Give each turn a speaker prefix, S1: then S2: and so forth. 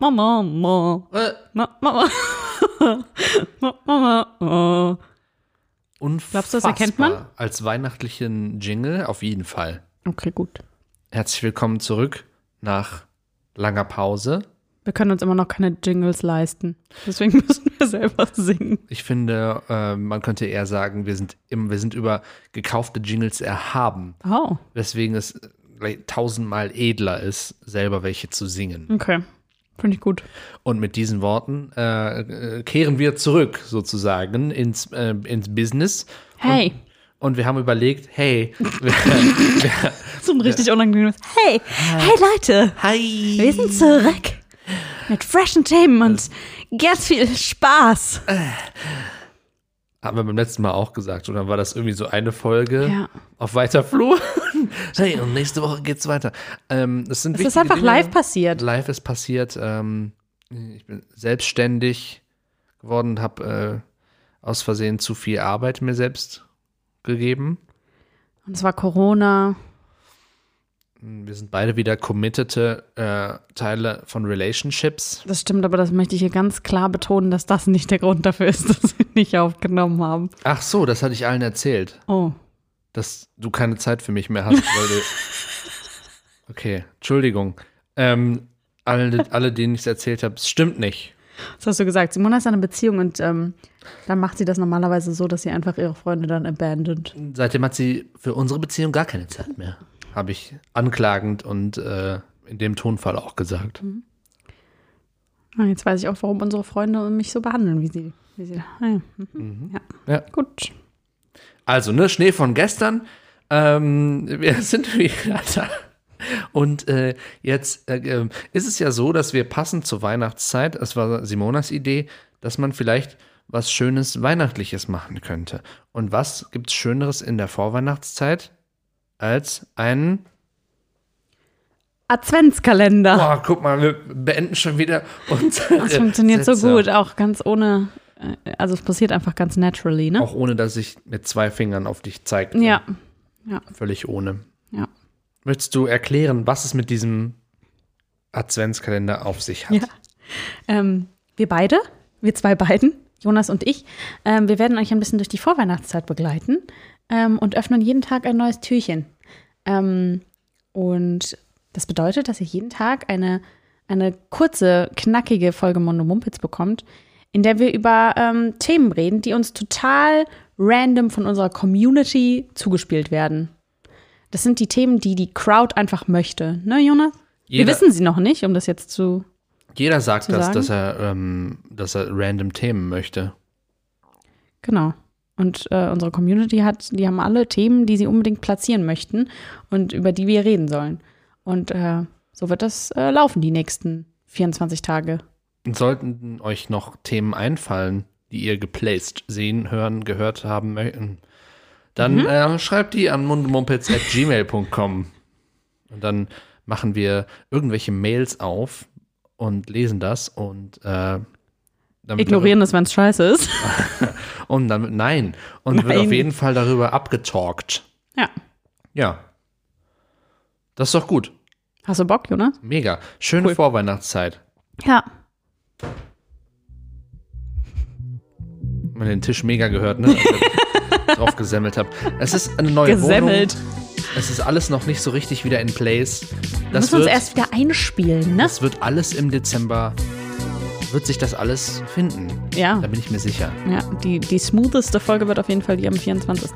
S1: Äh, unfassbar.
S2: Glaubst du, das erkennt man?
S1: Als weihnachtlichen Jingle auf jeden Fall.
S2: Okay, gut.
S1: Herzlich willkommen zurück nach langer Pause.
S2: Wir können uns immer noch keine Jingles leisten. Deswegen müssen wir selber singen.
S1: Ich finde, äh, man könnte eher sagen, wir sind, im, wir sind über gekaufte Jingles erhaben,
S2: Oh,
S1: weswegen es gleich tausendmal edler ist, selber welche zu singen.
S2: okay. Finde ich gut.
S1: Und mit diesen Worten äh, äh, kehren wir zurück sozusagen ins, äh, ins Business.
S2: Hey.
S1: Und wir haben überlegt, hey,
S2: So ein richtig unangenehmes. Hey, hey Leute,
S1: hi,
S2: wir sind zurück mit freshen Themen und ganz viel Spaß.
S1: Haben wir beim letzten Mal auch gesagt. Und dann war das irgendwie so eine Folge
S2: Ja.
S1: auf weiter Flur. hey, und nächste Woche geht's weiter. Ähm, es sind
S2: Es ist
S1: wichtige
S2: einfach
S1: Dinge.
S2: live passiert.
S1: Live ist passiert. Ähm, ich bin selbstständig geworden und habe äh, aus Versehen zu viel Arbeit mir selbst gegeben.
S2: Und es war Corona.
S1: Wir sind beide wieder committete äh, Teile von Relationships.
S2: Das stimmt, aber das möchte ich hier ganz klar betonen, dass das nicht der Grund dafür ist, dass wir nicht aufgenommen haben.
S1: Ach so, das hatte ich allen erzählt,
S2: Oh.
S1: dass du keine Zeit für mich mehr hast. Weil du okay, Entschuldigung. Ähm, alle, alle, denen ich es erzählt habe, es stimmt nicht.
S2: Das hast du gesagt. Simona ist in einer Beziehung und ähm, dann macht sie das normalerweise so, dass sie einfach ihre Freunde dann abandont.
S1: Seitdem hat sie für unsere Beziehung gar keine Zeit mehr. Habe ich anklagend und äh, in dem Tonfall auch gesagt.
S2: Mhm. Ah, jetzt weiß ich auch, warum unsere Freunde mich so behandeln, wie sie. Wie sie ah, ja. Mhm. Ja.
S1: Ja.
S2: Gut.
S1: Also, ne, Schnee von gestern. Ähm, wir sind wieder da. Und äh, jetzt äh, ähm, ist es ja so, dass wir passend zur Weihnachtszeit, es war Simonas Idee, dass man vielleicht was Schönes Weihnachtliches machen könnte. Und was gibt's Schöneres in der Vorweihnachtszeit als einen.
S2: Adventskalender.
S1: Boah, oh, guck mal, wir beenden schon wieder unsere.
S2: Ah. Das funktioniert
S1: Sätze.
S2: so gut, auch ganz ohne. äh, Also, es passiert einfach ganz naturally, ne?
S1: Auch ohne, dass ich mit zwei Fingern auf dich zeigte.
S2: Ja.
S1: Völlig ohne.
S2: Ja.
S1: Möchtest du erklären, was es mit diesem Adventskalender auf sich hat?
S2: Ja. Ähm, wir beide, wir zwei beiden, Jonas und ich, ähm, wir werden euch ein bisschen durch die Vorweihnachtszeit begleiten ähm, und öffnen jeden Tag ein neues Türchen. Ähm, und das bedeutet, dass ihr jeden Tag eine, eine kurze, knackige Folge Mondo Mumpitz bekommt, in der wir über ähm, Themen reden, die uns total random von unserer Community zugespielt werden. Das sind die Themen, die die Crowd einfach möchte. Ne, Jonas?
S1: Jeder-
S2: wir wissen sie noch nicht, um das jetzt zu
S1: Jeder sagt
S2: Zu
S1: das,
S2: sagen?
S1: dass er, ähm, dass er random Themen möchte.
S2: Genau. Und äh, unsere Community hat, die haben alle Themen, die sie unbedingt platzieren möchten und über die wir reden sollen. Und äh, so wird das äh, laufen die nächsten 24 Tage.
S1: Und Sollten euch noch Themen einfallen, die ihr geplaced sehen, hören, gehört haben möchten, dann
S2: Mhm.
S1: äh, schreibt die an mundemumpitz.gmail.com. Und dann machen wir irgendwelche Mails auf und lesen das und äh, dann wird
S2: Ignorieren es, wenn es scheiße ist.
S1: Und dann, nein. Und wird
S2: Nein.
S1: auf jeden Fall darüber abgetalkt.
S2: ja.
S1: Ja. Das ist doch gut.
S2: Hast du Bock, Jonas?
S1: Mega. Schöne Vorweihnachtszeit.
S2: Ja.
S1: Man den Tisch mega gehört, ne? Als ich drauf gesemmelt habe. Es ist eine neue
S2: Gesemmelt.
S1: Wohnung. Es ist alles noch nicht so richtig wieder in place.
S2: Das
S1: Das
S2: Müssen wir uns
S1: wird,
S2: erst wieder einspielen, ne?
S1: das wird alles im Dezember, wird sich das alles finden.
S2: Ja.
S1: Da bin ich mir sicher.
S2: Ja, die, die smootheste Folge wird auf jeden Fall die am 24.